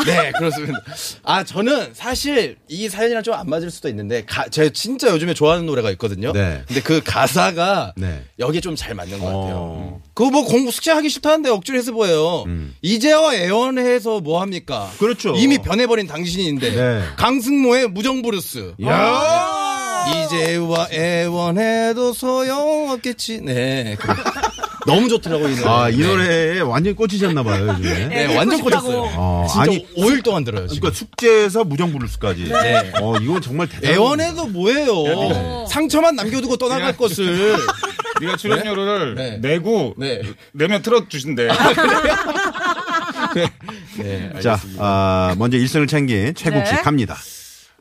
Speaker 8: 네, 그렇습니다. 아, 저는 사실 이 사연이랑 좀 안 맞을 수도 있는데, 가, 제가 진짜 요즘에 좋아하는 노래가 있거든요.
Speaker 4: 네.
Speaker 8: 근데 그 가사가
Speaker 4: 네.
Speaker 8: 여기에 좀 잘 맞는 것 같아요.
Speaker 4: 어.
Speaker 8: 그거 뭐 공부 숙제하기 싫다는데 억지로 해서 보여요. 이제와 애원해서 뭐 합니까?
Speaker 4: 음. 그렇죠.
Speaker 8: 이미 변해버린 당신인데.
Speaker 4: 네.
Speaker 8: 강승모의 무정부르스. 아.
Speaker 4: 야
Speaker 8: 이제와 애원해도 소용없겠지. 네. 그- 너무 좋더라고요, 이 노래.
Speaker 4: 아, 이
Speaker 8: 네.
Speaker 4: 노래에 완전 꽂히셨나봐요, 요즘에.
Speaker 8: 네, 완전 꽂혔어요.
Speaker 4: 어,
Speaker 8: 진짜
Speaker 4: 아니,
Speaker 8: 5일 동안 들어요, 지금.
Speaker 4: 그러니까 숙제에서 무정부를수까지.
Speaker 8: 네.
Speaker 4: 어, 이건 정말 대단.
Speaker 8: 애원해도
Speaker 4: 네.
Speaker 8: 뭐예요? 상처만 남겨두고 떠나갈
Speaker 5: 그냥-
Speaker 8: 것을.
Speaker 5: 네가 출연료를
Speaker 8: 네? 네.
Speaker 5: 내고
Speaker 8: 네.
Speaker 5: 내면 틀어주신대.
Speaker 8: 네,
Speaker 4: 자, 아, 먼저 1승을 챙긴 최국 씨
Speaker 3: 네.
Speaker 4: 갑니다.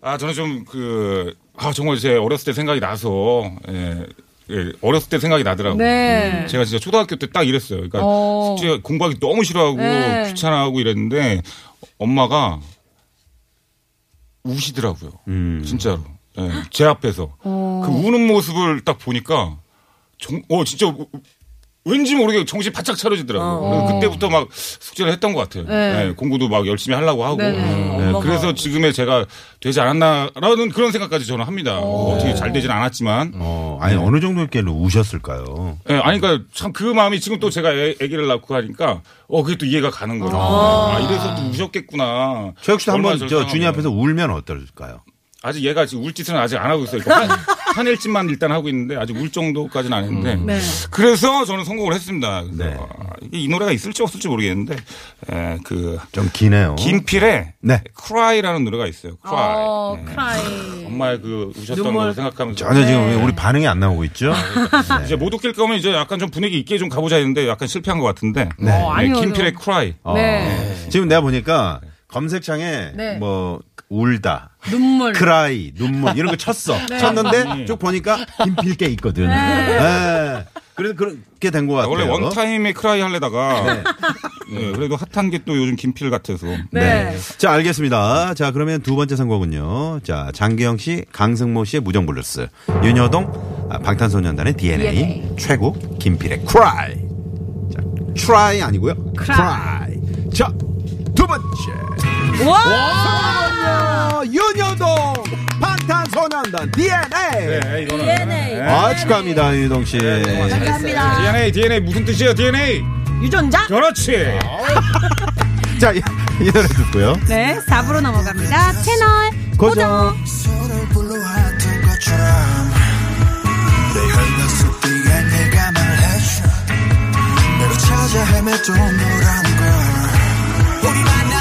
Speaker 5: 아 저는 좀 그 아 정말 제 어렸을 때 생각이 나서 예, 예, 어렸을 때 생각이 나더라고요.
Speaker 3: 네.
Speaker 5: 음, 제가 진짜 초등학교 때 딱 이랬어요. 그러니까
Speaker 3: 어.
Speaker 5: 숙제 공부하기 너무 싫어하고
Speaker 3: 네.
Speaker 5: 뭐 귀찮아하고 이랬는데 엄마가 우시더라고요. 진짜로 예, 제 앞에서 그 어, 우는 모습을 딱 보니까 정, 어 진짜 우- 왠지 모르게 정신 바짝 차려지더라고. 요 그때부터 막 숙제를 했던 것 같아요.
Speaker 3: 어. 네.
Speaker 5: 네, 공부도 막 열심히 하려고 하고.
Speaker 3: 네.
Speaker 5: 네, 그래서 지금의 제가 되지 않았나라는 그런 생각까지 저는 합니다. 뭐 어떻게 잘 되진 않았지만.
Speaker 4: 어, 아니 어느 정도 이렇게 우셨을까요?
Speaker 5: 예, 아니, 그니까, 참, 그 마음이 지금 또 제가 애, 기를 낳고 하니까, 어, 그게 또 이해가 가는 거예요. 아, 이래서 또 우셨겠구나.
Speaker 4: 최혁 씨도
Speaker 5: 얼마나
Speaker 4: 한번
Speaker 5: 저를
Speaker 4: 저 준이
Speaker 5: 사랑하면.
Speaker 4: 앞에서 울면 어떨까요?
Speaker 5: 아직 얘가 지금 울 짓은 아직 안 하고 있어요. 그러니까 한, 한 일쯤만 일단 하고 있는데, 아직 울 정도까지는 아닌데.
Speaker 3: 네.
Speaker 5: 그래서 저는 성공을 했습니다. 그래서
Speaker 4: 네.
Speaker 5: 아, 이게 이 노래가 있을지 없을지 모르겠는데, 에, 그,
Speaker 4: 좀 기네요.
Speaker 5: 김필의
Speaker 4: 어? 네.
Speaker 5: Cry라는 노래가 있어요. Cry.
Speaker 3: 어,
Speaker 5: 네.
Speaker 3: 크라이.
Speaker 5: 엄마의 그 우셨던 걸 생각하면서.
Speaker 4: 전혀 지금
Speaker 5: 네.
Speaker 4: 왜 우리 반응이 안 나오고 있죠?
Speaker 5: 아, 이제 못 웃길 거면 이제 약간 좀 분위기 있게 좀 가보자 했는데 약간 실패한 것 같은데.
Speaker 3: 어, 아니요,
Speaker 5: 김필의
Speaker 3: 저-
Speaker 5: Cry.
Speaker 4: 네. 어.
Speaker 3: 네.
Speaker 4: 지금 내가 보니까 검색창에
Speaker 3: 네.
Speaker 4: 뭐 울다,
Speaker 3: 눈물. 네.
Speaker 4: 크라이, 눈물 이런 거 쳤어.
Speaker 5: 아, 네.
Speaker 4: 쳤는데 쭉 보니까 김필게 있거든. 네. 그래서 그렇게 된 것 같아요.
Speaker 5: 원래 원타임에 크라이 할래다가 네, 그래도 핫한 게 또 요즘 김필 같아서
Speaker 3: 네.
Speaker 4: 자, 알겠습니다. 자, 그러면 두 번째 선곡은요. 자, 장기영 씨, 강승모 씨의 무정블루스, 윤여동, 아, 방탄소년단의 DNA,
Speaker 3: DNA.
Speaker 4: 최고, 김필의 Cry. 자, Try 아니고요.
Speaker 3: Cry.
Speaker 4: Cry. 자, 두 번째.
Speaker 3: 와!
Speaker 4: 어, 윤여동, 방탄소년단 DNA.
Speaker 5: 네, 이거는
Speaker 4: 아, 축하합니다, 윤여동 씨.
Speaker 7: 네, 감사합니다.
Speaker 5: DNA DNA 무슨 뜻이야 DNA
Speaker 7: 유전자?
Speaker 5: 그렇지
Speaker 4: 자, 이, 이 노래 듣고요.
Speaker 3: 네, 4부로 넘어갑니다. 채널
Speaker 4: 고정.
Speaker 2: 서로를 불러왔던 것처럼 내 혈관 속 뒤에 내가 말해줘 내가 찾아 헤매도 너란 걸 우리 만나